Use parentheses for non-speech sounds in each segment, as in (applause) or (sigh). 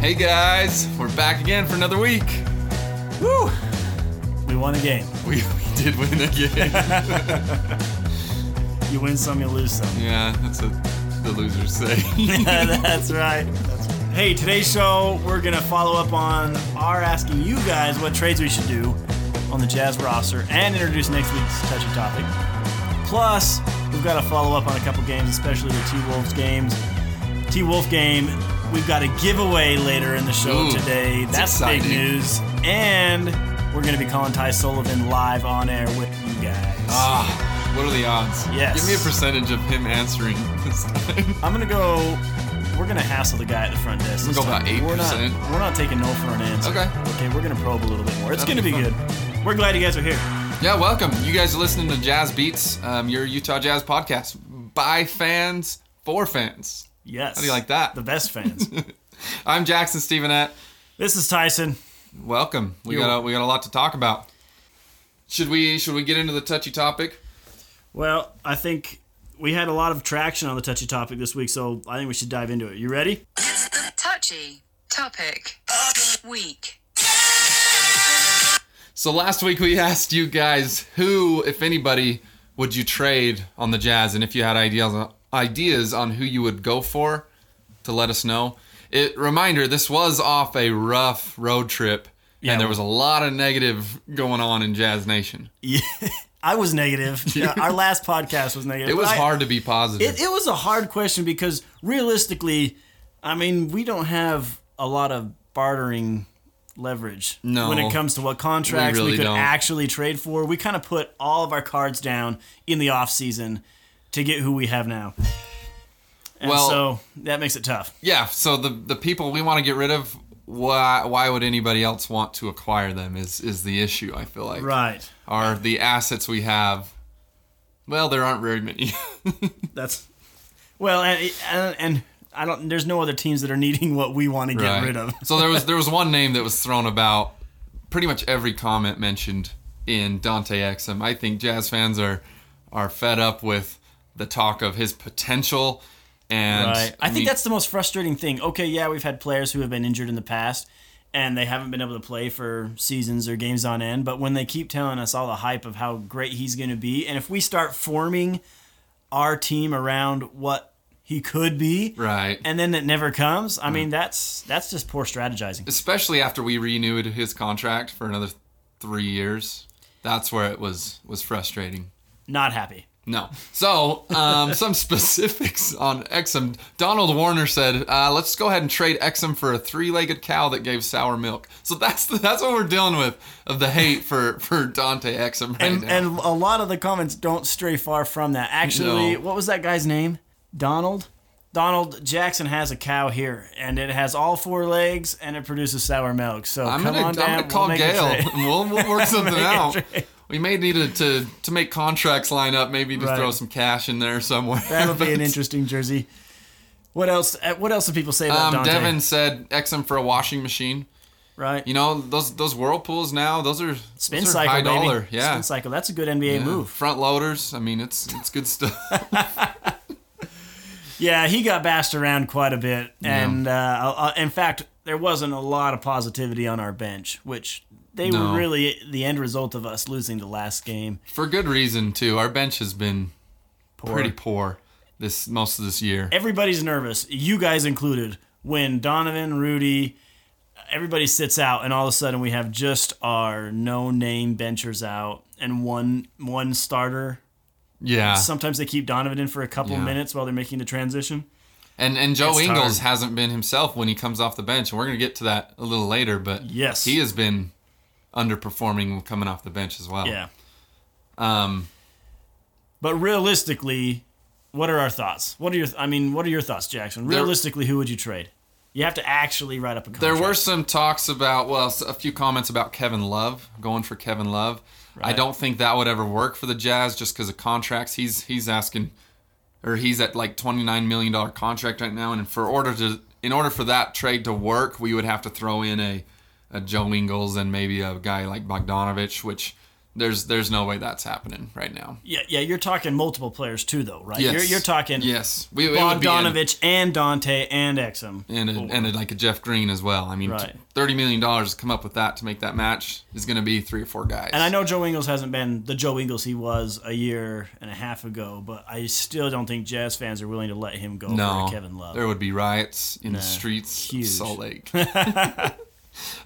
Hey guys, we're back again for another week. Woo! We won a game. (laughs) We, we did win again. You win some, you lose (laughs) some. (laughs) yeah, that's what the losers (laughs) say. That's right. That's right. Hey, today's show, we're going to follow up on our asking you guys what trades we should do on the Jazz roster and introduce next week's touchy topic. Plus, we've got to follow up on a couple games, especially the T Wolves games. T Wolf game, we've got a giveaway later in the show Ooh, today. it's That's exciting. big news. And we're going to be calling Ty Sullivan live on air with you guys. ah, what are the odds? Yes. Give me a percentage of him answering (laughs) this time. I'm gonna go. We're gonna hassle the guy at the front desk. I'm gonna go this time. about We're 8%. not- We're not taking no for an answer. Okay. Okay, we're gonna probe a little bit more. It's That'll gonna be be, good. We're glad you guys are here. Yeah, welcome. You guys are listening to Jazz Beats, um, your Utah Jazz podcast by fans for fans. Yes. How do you like that? The best (laughs) fans. I'm Jackson Stevenette. this is Tyson. Welcome. We Yo. got a, we got a lot to talk about. Should we should we get into the touchy topic? Well, I think we had a lot of traction on the touchy topic this week, so I think we should dive into it. (laughs) You ready? It's the touchy topic week. So last week we (laughs) asked you guys who, if anybody, would you trade on the Jazz, and if you had ideas on, ideas on who you would go for, to let us know. It reminder this was off a rough road trip, Yeah. and there was a lot of negative going on in Jazz Nation. Yeah. I was negative. Yeah, Our last podcast was negative. It was but I- hard to be positive. It, it was a hard question because realistically, I mean, we don't have a lot of bartering leverage No. when it comes to what contracts we, really could don't. actually trade for. We kind of put all of our cards down in the off season to get who we have now. And Well- so that makes it tough. yeah. So the the people we want to get rid of, why why would anybody else want to acquire them? Is is the issue I feel like. Right. Are the assets we have? Well, there aren't very many. (laughs) That's well, and, and, and I don't. There's no other teams that are needing what we want to get Right. rid of. (laughs) so there was there was one name that was thrown about. Pretty much every comment mentioned in Dante Exum. I think Jazz fans are are fed up with the talk of his potential, and Right. I, mean, think that's the most frustrating thing. Okay, yeah, we've had players who have been injured in the past and they haven't been able to play for seasons or games on end, but when they keep telling us all the hype of how great he's going to be, and if we start forming our team around what he could be, right. and then it never comes, I mean, that's that's just poor strategizing. Especially after we renewed his contract for another three years, that's where it was was frustrating. Not happy. No. So, um, some (laughs) specifics on Exum. Donald Warner said, uh, "Let's go ahead and trade Exum for a three-legged cow that gave sour milk." So that's (laughs) the, that's what we're dealing with of the hate for for Dante Exum right And, now. and a lot of the comments don't stray far from that. Actually, No. what was that guy's name? Donald? Donald Jackson has a cow here, and it has all four legs, and it produces sour milk. So I'm come gonna on I'm down. gonna call we'll make a Gail. trade. (laughs) and We'll, we'll work something Make a out. trade. We may need to, to to make contracts line up. Maybe just Right. throw some cash in there somewhere. (laughs) That'll be (laughs) an But- interesting jersey. What else? uh, What else do people say about Um, Dante? Devin said Exum for a washing machine. right? You know those those whirlpools now. Those are spin those are cycle, high baby. dollar. Yeah. spin cycle. That's a good NBA Yeah. move. Front loaders. I mean, it's it's good stuff. (laughs) Yeah, he got bashed around quite a bit, and uh, uh, in fact, there wasn't a lot of positivity on our bench, which they No. were really the end result of us losing the last game. For good reason too. Our bench has been Poor. pretty poor this most of this year. everybody's nervous, you guys included, when Donovan, Rudy, everybody sits out, and all of a sudden we have just our no-name benchers out and one one starter. Yeah. Sometimes they keep Donovan in for a couple Ah. Yeah. minutes while they're making the transition. and and Joe It's Ingles hard. hasn't been himself when he comes off the bench, and we're gonna get to that a little later. But Yes. he has been underperforming coming off the bench as well. Yeah, Um. but realistically, what are our thoughts? What are your? I mean, what are your thoughts, Jackson? There- Realistically, who would you trade? You have to actually write up a There contract. were some talks about, well, s- a few comments about Kevin Love going for Kevin Love. I Right. don't think that would ever work for the Jazz just because of contracts. He's he's asking, or he's at like twenty nine million dollar contract right now, and for order to in order for that trade to work, we would have to throw in a, a Joe Ingles and maybe a guy like Bogdanovich, which There's there's no way that's happening right now. Yeah, yeah, you're talking multiple players too, though, right? Yes. You're, you're talking Yes. We, it would be in- Bogdanovich and Dante and Exum. and a, and a, like a Jeff Green as well. I mean, Right. thirty million dollars to come up with that to make that match is going to be three or four guys. And I know Joe Ingles hasn't been the Joe Ingles he was a year and a half ago, but I still don't think Jazz fans are willing to let him go no for Kevin Love. There would be riots in the streets huge. of Salt (laughs) Lake.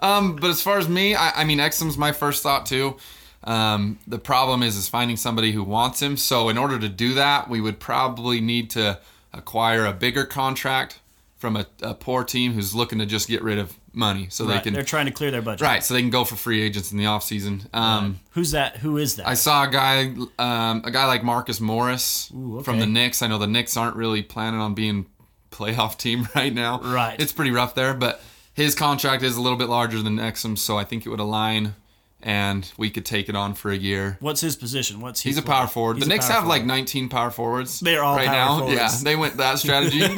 um, but as far as me, I, I mean, Exum's my first thought too. Um, the problem is is finding somebody who wants him. So in order to do that, we would probably need to acquire a bigger contract from a, a poor team who's looking to just get rid of money so right. they can They're trying to clear their budget. right so they can go for free agents in the offseason. Um, Who's that? Who is that? I saw a guy, um, a guy like Marcus Morris okay. from the Knicks. I know the Knicks aren't really planning on being playoff (laughs) team right now. Right. it's pretty rough there, but his contract is a little bit larger than Exum, so I think it would align, and we could take it on for a year. What's his position? What's he He's a play? power forward. He's the a Knicks power have like 19 power forwards. They're all right power now. forwards. Yeah, they went that strategy. (laughs) (laughs) We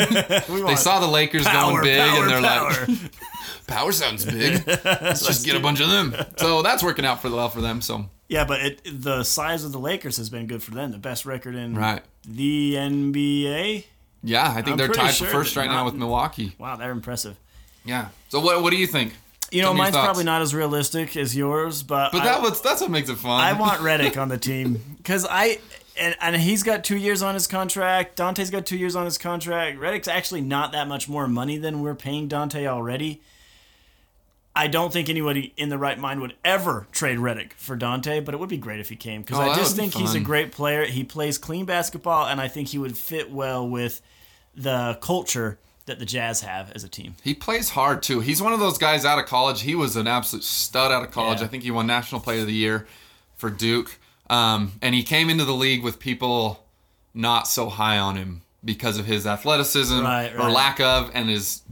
they want saw the Lakers power, going big, power, and they're like, power. (laughs) "Power sounds (laughs) big. Let's just get a bunch of them." So that's working out for well for them. So yeah, but it, the size of the Lakers has been good for them. The best record in Right. the NBA. yeah, I think I'm they're pretty tied sure for first that right now not- with Milwaukee. Wow, they're impressive. Yeah. So what what do you think? You Tell know, me your mine's thoughts. probably not as realistic as yours, but But I- that was that's what makes it fun. I want Reddick on the team because I and, and he's got two years on his contract. Dante's got two years on his contract. Reddick's actually not that much more money than we're paying Dante already. I don't think anybody in the right mind would ever trade Reddick for Dante, but it would be great if he came because Oh, I that just would be think he's a fun. great player. He plays clean basketball, and I think he would fit well with the culture that the Jazz have as a team. He plays hard too. He's one of those guys out of college. He was an absolute stud out of college. Yeah. I think he won National Player of the Year for Duke. Um, and he came into the league with people not so high on him because of his athleticism Right, or right. lack of and his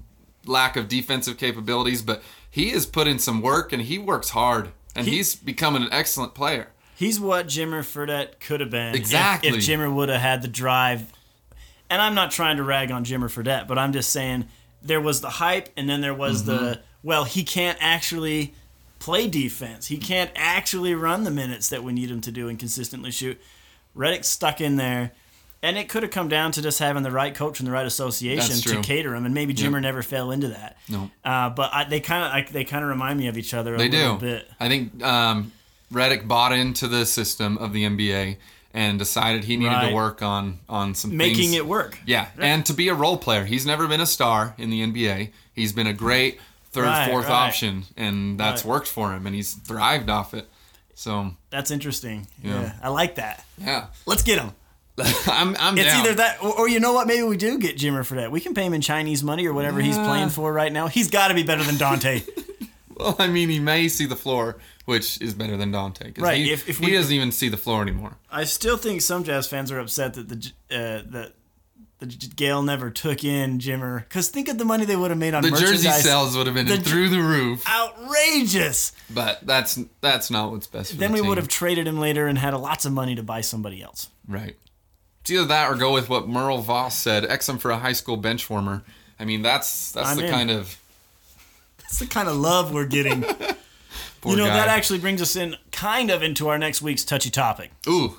lack of defensive capabilities. But he has put in some work and he works hard and he's becoming an excellent player. He's what Jimmer Fredette could have been. if- Exactly. If, Jimmer would have had the drive. And I'm not trying to rag on Jimmer Fredette, but I'm just saying there was the hype and then there was the, Mm-hmm. well, he can't actually play defense. He can't actually run the minutes that we need him to do and consistently shoot. Reddick's stuck in there. And it could have come down to just having the right coach and the right association That's to true. cater him, and maybe Jimmer never fell into that. No. uh, but I, they kind of they kind of remind me of each other a They little do. bit. I think um, Reddick bought into the system of the NBA and decided he needed Right. to work on on some making things. it work. Yeah, and to be a role player, he's never been a star in the NBA. He's been a great third, Right, fourth right. option, and that's Right. worked for him, and he's thrived off it. So That's interesting. Yeah. Yeah. I like that. yeah, (laughs) Let's get him. I'm I'm It's down. either that, or, or you know what? Maybe we do get Jimmer for that. We can pay him in Chinese money or whatever he's Yeah. playing for right now. He's got to be better than (laughs) Dante. Well, I mean, he may see the floor, which is better than Dante. 'cause Right, He, if- if he we- doesn't even see the floor anymore. I still think some jazz fans are upset that the J- uh, that the J- Gale never took in Jimmer. Because think of the money they would have made on The merchandise. jersey sales would have been The- through the roof, Outrageous. but that's that's not what's best. For Then the we team. would have traded him later and had lots of money to buy somebody else. Right. It's either that or go with what Merle Voss said, Exum for a high school bench warmer. I mean, that's that's I'm the in. kind of That's the kind of love we're (laughs) getting. poor you know, guy. that actually brings us in kind of into our next week's touchy topic. Ooh,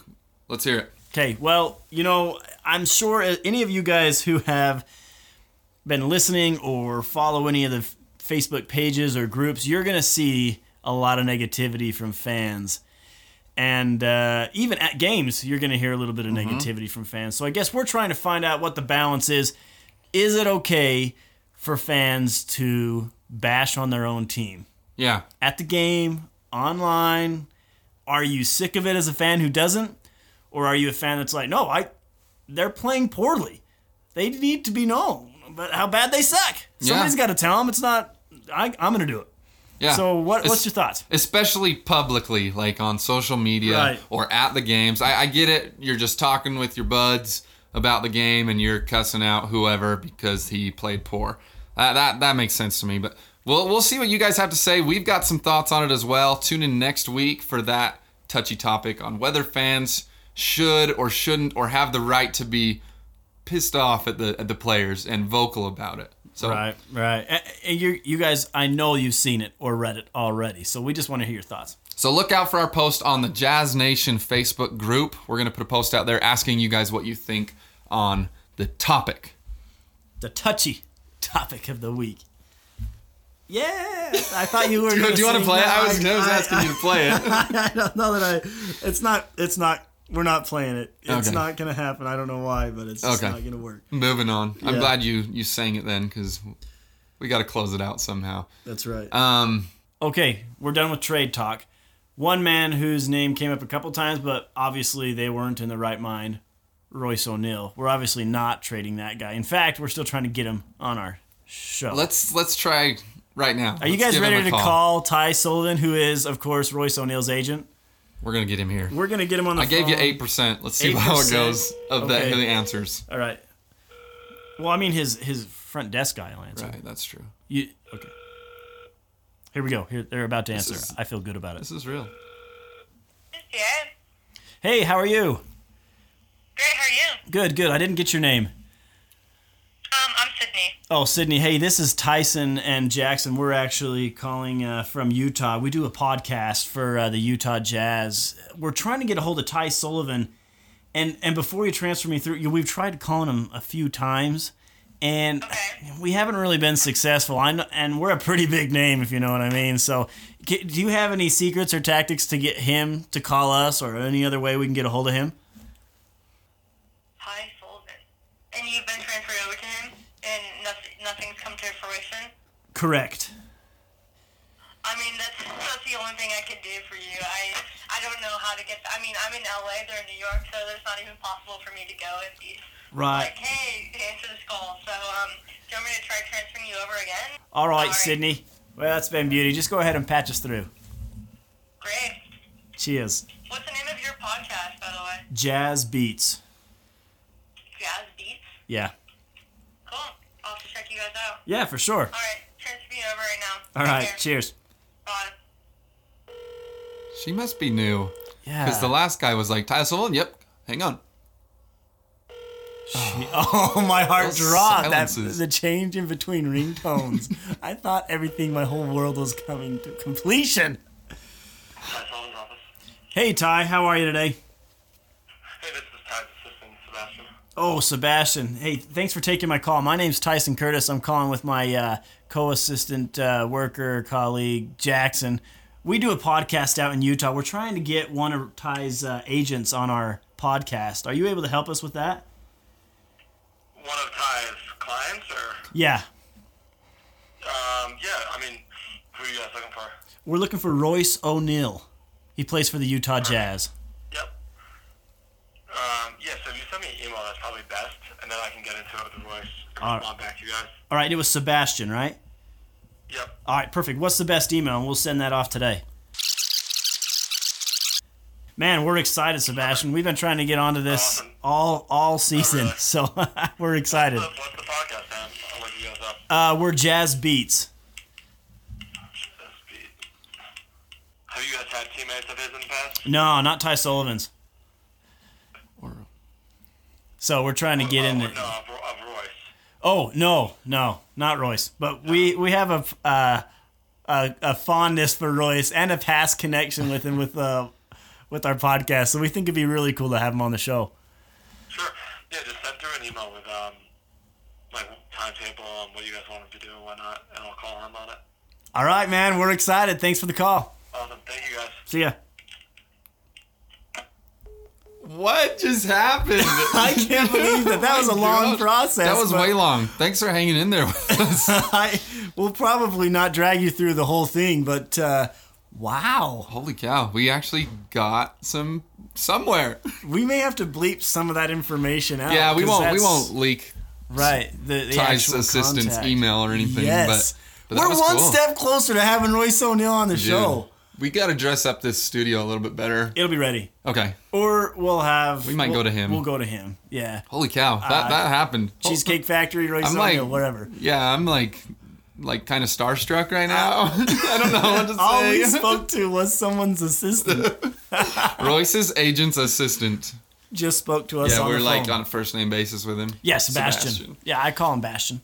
let's hear it. Okay, well, you know, I'm sure any of you guys who have been listening or follow any of the f- Facebook pages or groups, you're going to see a lot of negativity from fans. And uh, even at games, you're going to hear a little bit of negativity from fans. So I guess we're trying to find out what the balance is. Is it okay for fans to bash on their own team? Yeah. at the game, online? Are you sick of it as a fan who doesn't? Or are you a fan that's like, no, I they're playing poorly. They need to be known about how bad they suck. Somebody's got to tell them. It's not I, I'm going to do it. Yeah. So what, what's Es- your thoughts? Especially publicly, like on social media Right. or at the games. I, I get it. You're just talking with your buds about the game and you're cussing out whoever because he played poor. Uh, that that makes sense to me. But we'll we'll see what you guys have to say. We've got some thoughts on it as well. Tune in next week for that touchy topic on whether fans should or shouldn't or have the right to be pissed off at the at the players and vocal about it. So right. And you you guys, I know you've seen it or read it already. So we just want to hear your thoughts. So look out for our post on the Jazz Nation Facebook group. We're going to put a post out there asking you guys what you think on the topic. The touchy topic of the week. Yeah, I thought you were. (laughs) Do gonna you want to sing play it? that. I was, I was asking you to play it. (laughs) I don't know that I. It's not. It's not. We're not playing it. It's Okay. not gonna happen. I don't know why, but it's just Okay. not gonna work. (laughs) Moving on. I'm Yeah. glad you you sang it then because we got to close it out somehow. That's right. Um, okay, we're done with trade talk. One man whose name came up a couple times, but obviously they weren't in the right mind. Royce O'Neal. We're obviously not trading that guy. In fact, we're still trying to get him on our show. let's let's try right now. Are you guys ready to call Ty Sullivan, who is, of course, Royce O'Neal's agent? We're gonna get him here. We're gonna get him on the. I gave you phone. eight percent. Let's see how it 8%? goes of Okay. the, the answers. All right. Well, I mean his his front desk guy will answer. Right, that's true. You okay? Here we go. Here they're about to answer. is- I feel good about it. This is real. Yeah. Hey, how are you? Great. How are you? Good, good. I didn't get your name. Um, I'm Sydney. Oh, Sydney. Hey, this is Tyson and Jackson. We're actually calling uh, from Utah. We do a podcast for uh, the Utah Jazz. We're trying to get a hold of Ty Sullivan, and and before you transfer me through, you- we've tried calling him a few times, and Okay. we haven't really been successful. I know, and we're a pretty big name, if you know what I mean. So, c- do you have any secrets or tactics to get him to call us, or any other way we can get a hold of him? Hi, Sullivan. And you've been transferred over to him, and nothing, nothing's come to fruition. Correct. I mean, that's that's the only thing I could do for you. I I don't know how to get. I mean, I'm in LA. They're in New York, so there's not even possible for me to go and be Right. like, hey, answer this call. So, um, do you want me to try transferring you over again? All right, All right. Sydney. Well, that's been beauty. Just go ahead and patch us through. Great. Cheers. What's the name of your podcast, by the way? Jazz beats. Jazz Beats. Yeah. Cool. I'll have to check you guys out. Yeah, for sure. All right, transfer me over right now. All Take right. care. Cheers. Bye. She must be new Yeah. because the last guy was like Ty Sullivan. Yep. Hang on. (laughs) oh, my heart Those dropped. That silences. the change in (laughs) between ringtones. I thought everything, my whole world was coming to completion. Hi, Sullivan's office. Hey, Ty. How are you today? Hey, this is Todd's assistant, Sebastian. Oh, Sebastian. Hey, thanks for taking my call. My name's Tyson Curtis. I'm calling with my uh, co assistant uh, worker colleague, Jackson. We do a podcast out in Utah. We're trying to get one of Ty's uh, agents on our podcast. Are you able to help us with that? One of Ty's clients, or Yeah. um, yeah, I mean, who are you guys looking for? We're looking for Royce O'Neal. He plays for the Utah Jazz. Yep. Um, yeah, so if you send me an email, that's probably best, and then I can get into it with Royce and All right. respond back to you guys. All right, it was Sebastian, right? Yep. All right, perfect. What's the best email? And we'll send that off today. Man, we're excited, Sebastian. We've been trying to get onto this Awesome. all all season, (laughs) really? so we're excited. So what's the podcast, Sam? I'll look you guys up. Uh, we're Jazz Beats. That's beat. Have you guys had teammates of his in the past? No, not Ty Sullivan's. Or So we're trying to get Uh, into. No, of, Ro- of Royce. Oh no, no, not Royce. But we we have a uh, a, a fondness for Royce and a past connection with him with uh with our podcast. So we think it'd be really cool to have him on the show. Sure. Yeah, just send through an email with, um, like, timetable and what you guys want him to do and whatnot, and I'll call him on it. All right, man. We're excited. Thanks for the call. Awesome. Thank you, guys. See ya. what just happened? (laughs) Oh I can't believe that that was a long gosh. process. That was but way long. Thanks for hanging in there (laughs) with us. (laughs) I will probably not drag you through the whole thing, but uh, wow. Holy cow, we actually got some somewhere. We may have to bleep some of that information out. Yeah, we Oh, 'cause won't we that's- won't leak Right. The, the Ty's actual assistant's contact. email or anything. Yes. But, but that We're was one cool. step closer to having Royce O'Neal on the Dude, show. We got to dress up this studio a little bit better. It'll be ready. Okay. Or we'll have. We might will go to him. Oh, We'll go to him. Yeah. Holy cow, that Uh, that happened. Cheesecake Factory, Royce I'm O'Neal, like- whatever. Yeah, I'm like like kind of starstruck right now. Uh, (laughs) I don't know (laughs) what to All we say. spoke to was (laughs) someone's assistant. Royce's agent's assistant. Just spoke to us Yeah, on we're the like phone. on a first name basis with him. Yeah, Sebastian. Yeah, I call him Bastion.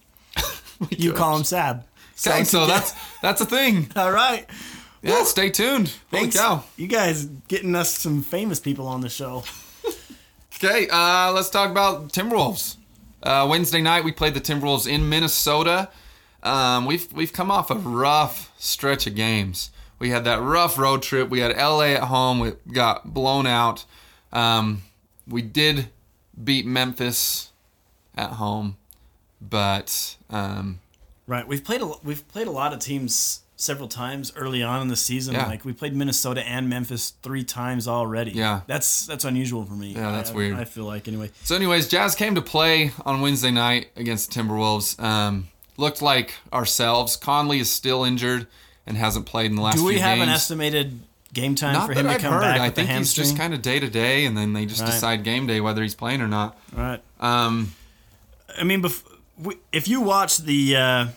you call him Sab. Okay, so that's that's a thing. All right. Yeah, stay tuned. Holy Thanks. cow. You guys getting us some famous people on the show. Okay, uh, let's talk about Timberwolves. Uh, Wednesday night we played the Timberwolves in Minnesota. Um, we've we've come off a rough stretch of games. We had that rough road trip. We had LA at home. We got blown out. Um, we did beat Memphis at home, but um, Right. We've played a lo- we've played a lot of teams several times early on in the season. Yeah. Like we played Minnesota and Memphis three times already. Yeah. That's that's unusual for me. Yeah, that's I- weird. I feel like anyway. So, anyways, Jazz came to play on Wednesday night against the Timberwolves. Um, looked like ourselves. Conley is still injured and hasn't played in the last. Do we few have games. an estimated game time Not for that him to I've come heard. back I with think the he's hamstring? just kind of day to day, and then they just Right. decide game day whether he's playing or not. right. Um, I mean, bef- we, if you watch the uh,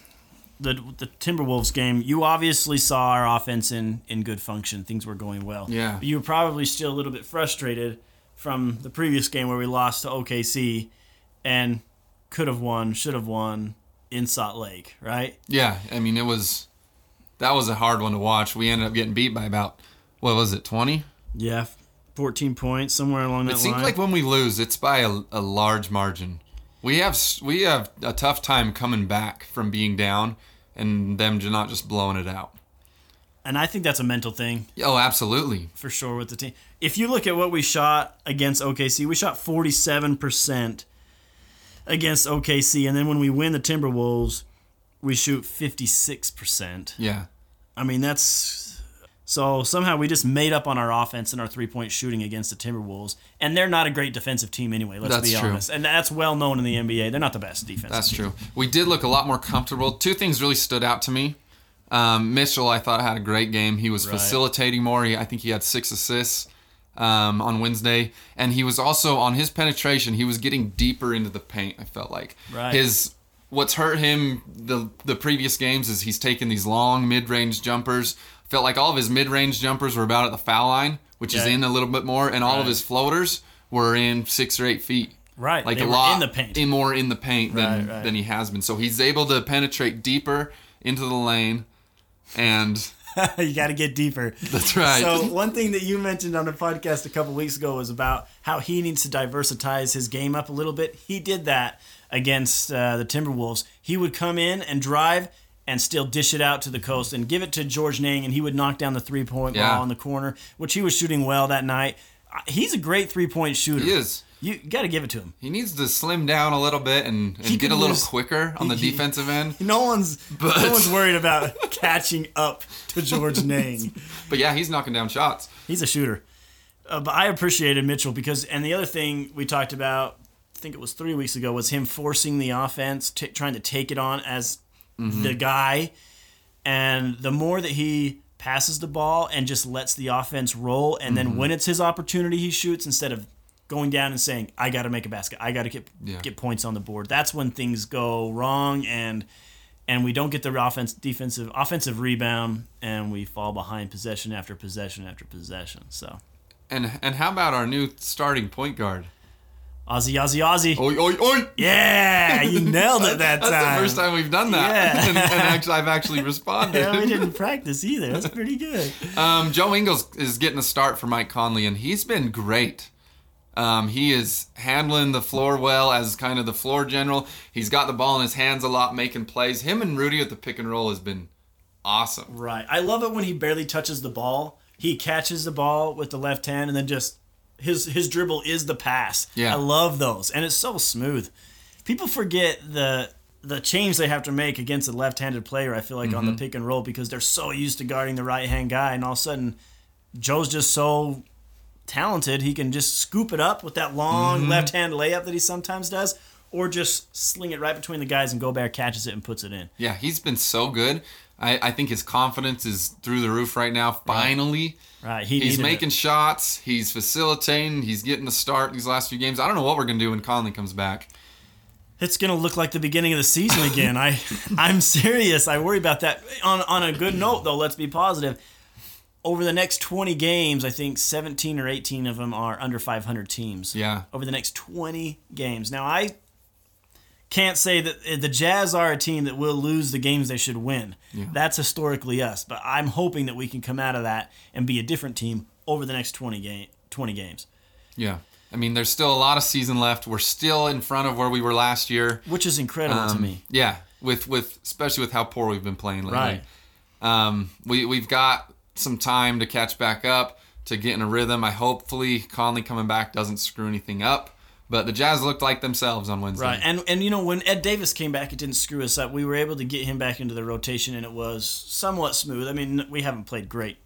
the the Timberwolves game, you obviously saw our offense in in good function. Things were going well. Yeah. But you were probably still a little bit frustrated from the previous game where we lost to OKC and could have won, should have won in Salt Lake, right? yeah, I mean it was that was a hard one to watch. We ended up getting beat by about what was it, twenty? Yeah. 14 points somewhere along that It seems line. like when we lose, it's by a, a large margin. We have s- we have a tough time coming back from being down and them ju- not just blowing it out. and I think that's a mental thing. Oh, absolutely. for sure with the team. If you look at what we shot against OKC, we shot 47% against OKC. And then when we win the Timberwolves, we shoot 56%. Yeah. I mean, that's. So somehow we just made up on our offense and our three point shooting against the Timberwolves. And they're not a great defensive team anyway, let's That's be true. honest. And that's well known in the NBA. They're not the best defense. That's true. We did look a lot more comfortable. Two things really stood out to me. Um, Mitchell, I thought had a great game. He was facilitating more. He, I think he had six assists um, on Wednesday, and he was also on his penetration. He was getting deeper into the paint. I felt like Right. his what's hurt him the the previous games is he's taken these long mid range jumpers. Felt like all of his mid range jumpers were about at the foul line, which is Yeah. in a little bit more, and all of Right. his floaters were in six or eight feet. Right. Like They a were lot in the paint. in more in the paint than, Right, right. than he has been. So he's able to penetrate deeper into the lane. And (laughs) you got to (laughs) get deeper. that's right. So one thing that you mentioned on the podcast a couple weeks ago was about how he needs to diversitize his game up a little bit. He did that against uh, the Timberwolves. He would come in and drive and still dish it out to the coast and give it to George Nang, and he would knock down the three point Yeah. ball in the corner, which he was shooting well that night. Uh, He's a great three point shooter. he is. You got to give it to him. He needs to slim down a little bit and, and He get could a little lose- quicker on the he- he- defensive (laughs) end. No one's But- no one's worried about (laughs) catching up to George Nang. But yeah, he's knocking down shots. He's a shooter. Uh, but I appreciated Mitchell because, and the other thing we talked about, I think it was three weeks ago, was him forcing the offense, t- trying to take it on as the guy. And the more that he passes the ball and just lets the offense roll, and then when it's his opportunity, he shoots instead of going down and saying, "I got to make a basket. I got to get Yeah. get points on the board." That's when things go wrong, and and we don't get the offense defensive offensive rebound, and we fall behind possession after possession after possession. So. And and how about our new starting point guard? Ozzy, Ozzy, Ozzy. Oi, oi, oi! Yeah, you nailed it that Oh. (laughs) That's time. the first time we've done that. uh, (laughs) Yeah. and, (laughs) and actually, I've actually responded. Yeah, we didn't practice either. That's pretty good. Um, Joe Ingles is getting a start for Mike Conley, and he's been great. Um, he is handling the floor well as kind of the floor general. He's got the ball in his hands a lot, making plays. Him and Rudy at the pick and roll has been awesome. Right. I love it when he barely touches the ball. He catches the ball with the left hand and then just his his dribble is the pass. Yeah. I love those. And it's so smooth. People forget the the change they have to make against a left-handed player, I feel like Mm-hmm. on the pick and roll because they're so used to guarding the right-hand guy and all of a sudden Joe's just so talented, he can just scoop it up with that long Mm-hmm. left-hand layup that he sometimes does or just sling it right between the guys and Gobert catches it and puts it in. Yeah, he's been so good. I, I think his confidence is through the roof right now. Finally, Right. He he's needed it. making shots. He's facilitating. He's getting the start these last few games. I don't know what we're gonna do when Conley comes back. It's gonna look like the beginning of the season (laughs) again. I, I'm serious. I worry about that. On on a good note, though, let's be positive. Over the next 20 games, I think 17 or 18 of them are under 500 teams. Yeah. Over the next 20 games. Now I can't say that eh, the Jazz are a team that will lose the games they should win. That's historically us. But I'm hoping that we can come out of that and be a different team over the next 20 game 20 games, Yeah. I mean, there's still a lot of season left. We're still in front of where we were last year. which is incredible to Um, me. Yeah, with with especially with how poor we've been playing lately. Right. Um, we we've got some time to catch back up to get in a rhythm. I hopefully Conley coming back doesn't screw anything up. But the Jazz looked like themselves on Wednesday. Right. And and you know when Ed Davis came back, it didn't screw us up. We were able to get him back into the rotation, and it was somewhat smooth. I mean, we haven't played great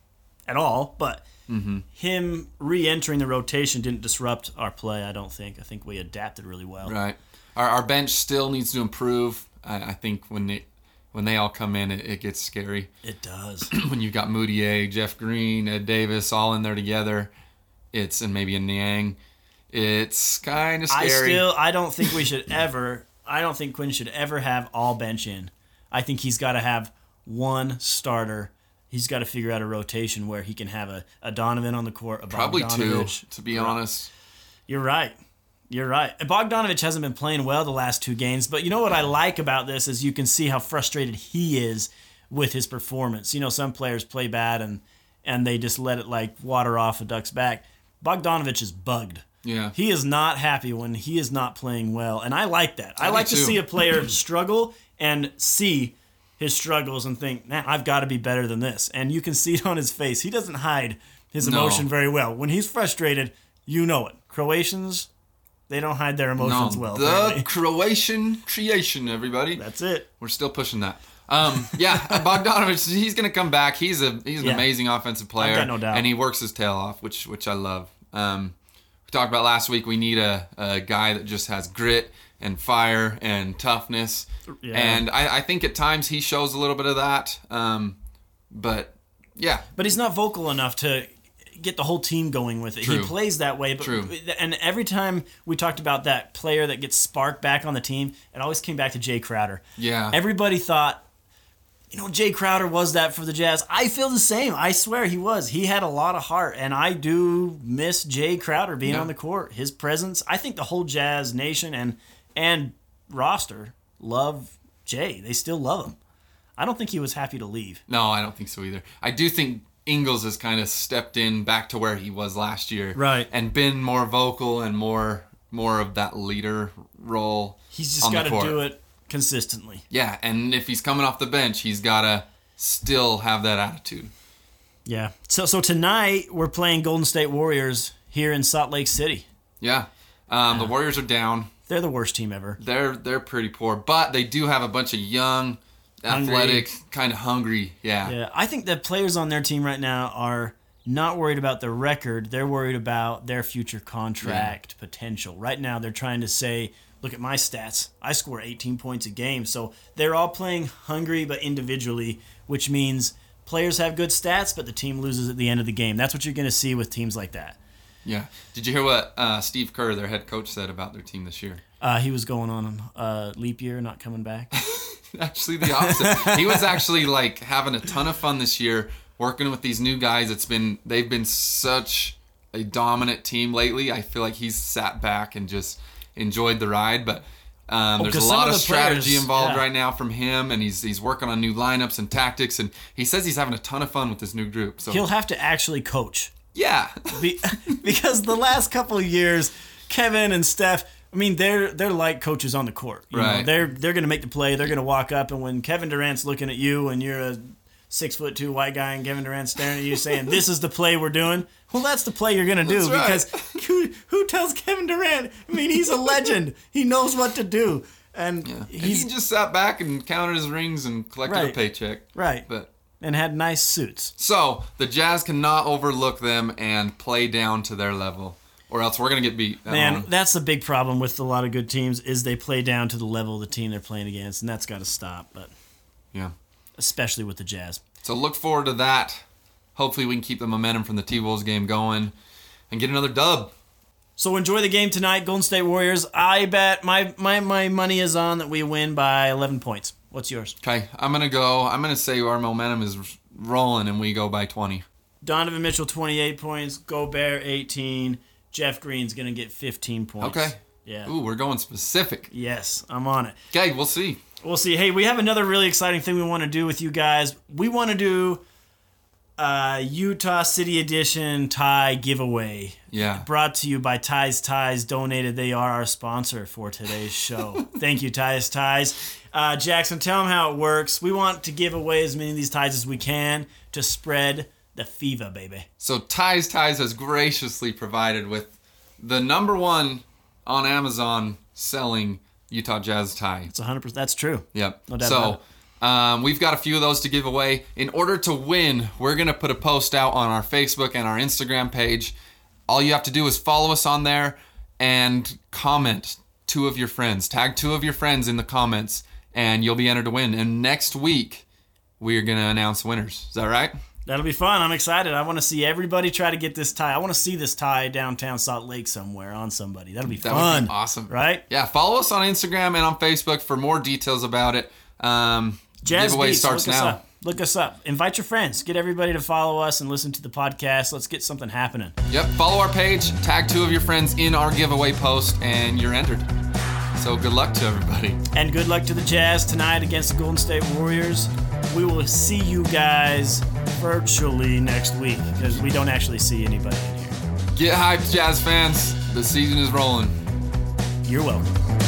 at all, but Mm-hmm. him re-entering the rotation didn't disrupt our play. I don't think. I think we adapted really well. Right. Our, our bench still needs to improve. I, I think when it, when they all come in, it, it gets scary. (clears throat) It does. when you've got Moutier, Jeff Green, Ed Davis all in there together, it's and maybe a Niang. It's kind of I scary. still. I don't think we should ever. I don't think Quinn should ever have all bench in. I think he's got to have one starter. He's got to figure out a rotation where he can have a, a Donovan on the court, a Probably two, Bogdanovich, to be honest. You're right. You're right. Bogdanovich hasn't been playing well the last two games, but you know what I like about this is you can see how frustrated he is with his performance. You know, some players play bad and and they just let it like water off a duck's back. Bogdanovich is bugged. Yeah. He is not happy when he is not playing well, and I like that. I, do like to too. see (laughs) a player struggle and see his struggles and think, "Man, I've got to be better than this." And you can see it on his face. He doesn't hide his No. emotion very well. When he's frustrated, you know it. Croatians, they don't hide their No, emotions well. the apparently. Croatian creation, everybody. That's it. We're still pushing that. Um, (laughs) yeah, Bogdanovich, he's gonna come back. He's a he's an Yeah. amazing offensive player, got no doubt. and he works his tail off, which which I love. Um, we talked about last week. We need a, a guy that just has grit and fire and toughness, Yeah. and I, I think at times he shows a little bit of that. Um, but yeah, But he's not vocal enough to get the whole team going with it. He True. plays that way, but True. and every time we talked about that player that gets sparked back on the team, it always came back to Jay Crowder. yeah, Everybody thought you know, Jay Crowder was that for the Jazz. I feel the same. I swear he was. He had a lot of heart, and I do miss Jay Crowder being Yeah. on the court. His presence. I think the whole Jazz nation and and roster love Jay. They still love him. I don't think he was happy to leave. No, I don't think so either. I do think Ingles has kind of stepped in back to where he was last year, Right. And been more vocal and more more of that leader role. He's just on the got to court. do it consistently. Yeah, and if he's coming off the bench, he's gotta still have that attitude. Yeah. So so tonight we're playing Golden State Warriors here in Salt Lake City. Yeah. Um, The Warriors are down. They're the worst team ever. They're they're pretty poor, but they do have a bunch of young, Hungry. athletic, kind of hungry. Yeah. Yeah, I think the players on their team right now are not worried about the record. They're worried about their future contract potential. Right now, they're trying to say, look at my stats. I score 18 points a game. So they're all playing hungry, but individually, which means players have good stats, but the team loses at the end of the game. That's what you're going to see with teams like that. Yeah. Did you hear what uh, Steve Kerr, their head coach, said about their team this year? Uh, he was going on uh, leap year, not coming back. actually the opposite. he was actually like having a ton of fun this year working with these new guys. It's been they've been such a dominant team lately. I feel like he's sat back and just enjoyed the ride, but um, there's Oh, 'cause a some lot of of, the strategy players- involved yeah. right now from him, and he's he's working on new lineups and tactics, and he says he's having a ton of fun with this new group. So He'll have to actually coach. yeah, (laughs) Be- (laughs) because the last couple of years, Kevin and Steph, I mean, they're they're like coaches on the court. You Know, Right. they're they're going to make the play. They're going to walk up, and when Kevin Durant's looking at you, and you're a six foot two white guy, and Kevin Durant's staring at you, saying, "This is the play we're doing." Well, that's the play you're going to do That's (laughs) because who, who tells Kevin Durant? I mean, he's a legend. he knows what to do, and And he's he just sat back and counted his rings and collected a Right. paycheck. right But and had nice suits. So the Jazz cannot overlook them and play down to their level, or else we're gonna get beat. at Man, home. that's the big problem with a lot of good teams is they play down to the level of the team they're playing against, and that's got to stop. But yeah. especially with the Jazz. So look forward to that. Hopefully we can keep the momentum from the T Wolves game going and get another dub. So enjoy the game tonight, Golden State Warriors. I bet my my my money is on that we win by 11 points. What's yours? Okay, I'm gonna go. I'm gonna say our momentum is rolling and we go by 20. Donovan Mitchell 28 points, Gobert 18, Jeff Green's going to get 15 points. Okay, Yeah. Ooh, we're going specific. Yes, I'm on it. Okay, we'll see. We'll see. Hey, we have another really exciting thing we want to do with you guys. We want to do uh, Utah City Edition tie giveaway. Yeah. Brought to you by Ties Ties. Donated. They are our sponsor for today's (laughs) show. Thank you, Ties Ties. Uh, Jackson, tell them how it works. We want to give away as many of these ties as we can to spread the fever, baby. So Ties Ties has graciously provided with the number one on Amazon selling Utah Jazz tie. It's 100%. That's true. Yep. No doubt about so um, we've got a few of those to give away. In order to win, we're gonna put a post out on our Facebook and our Instagram page. All you have to do is follow us on there and comment two of your friends. Tag two of your friends in the comments, and you'll be entered to win. And next week, we are gonna announce winners. Is that right? That'll be fun. I'm excited. I want to see everybody try to get this tie. I want to see this tie downtown Salt Lake somewhere on somebody. That'll be That fun. would be awesome. Right? Yeah, follow us on Instagram and on Facebook for more details about it. Um, Jazz giveaway Beats, starts look Us now. up. Look us up. Invite your friends. Get everybody to follow us and listen to the podcast. Let's get something happening. Yep, follow our page, tag two of your friends in our giveaway post, and you're entered. So good luck to everybody. And good luck to the Jazz tonight against the Golden State Warriors. We will see you guys virtually next week because we don't actually see anybody in here. Get hyped, Jazz fans. The season is rolling. You're welcome.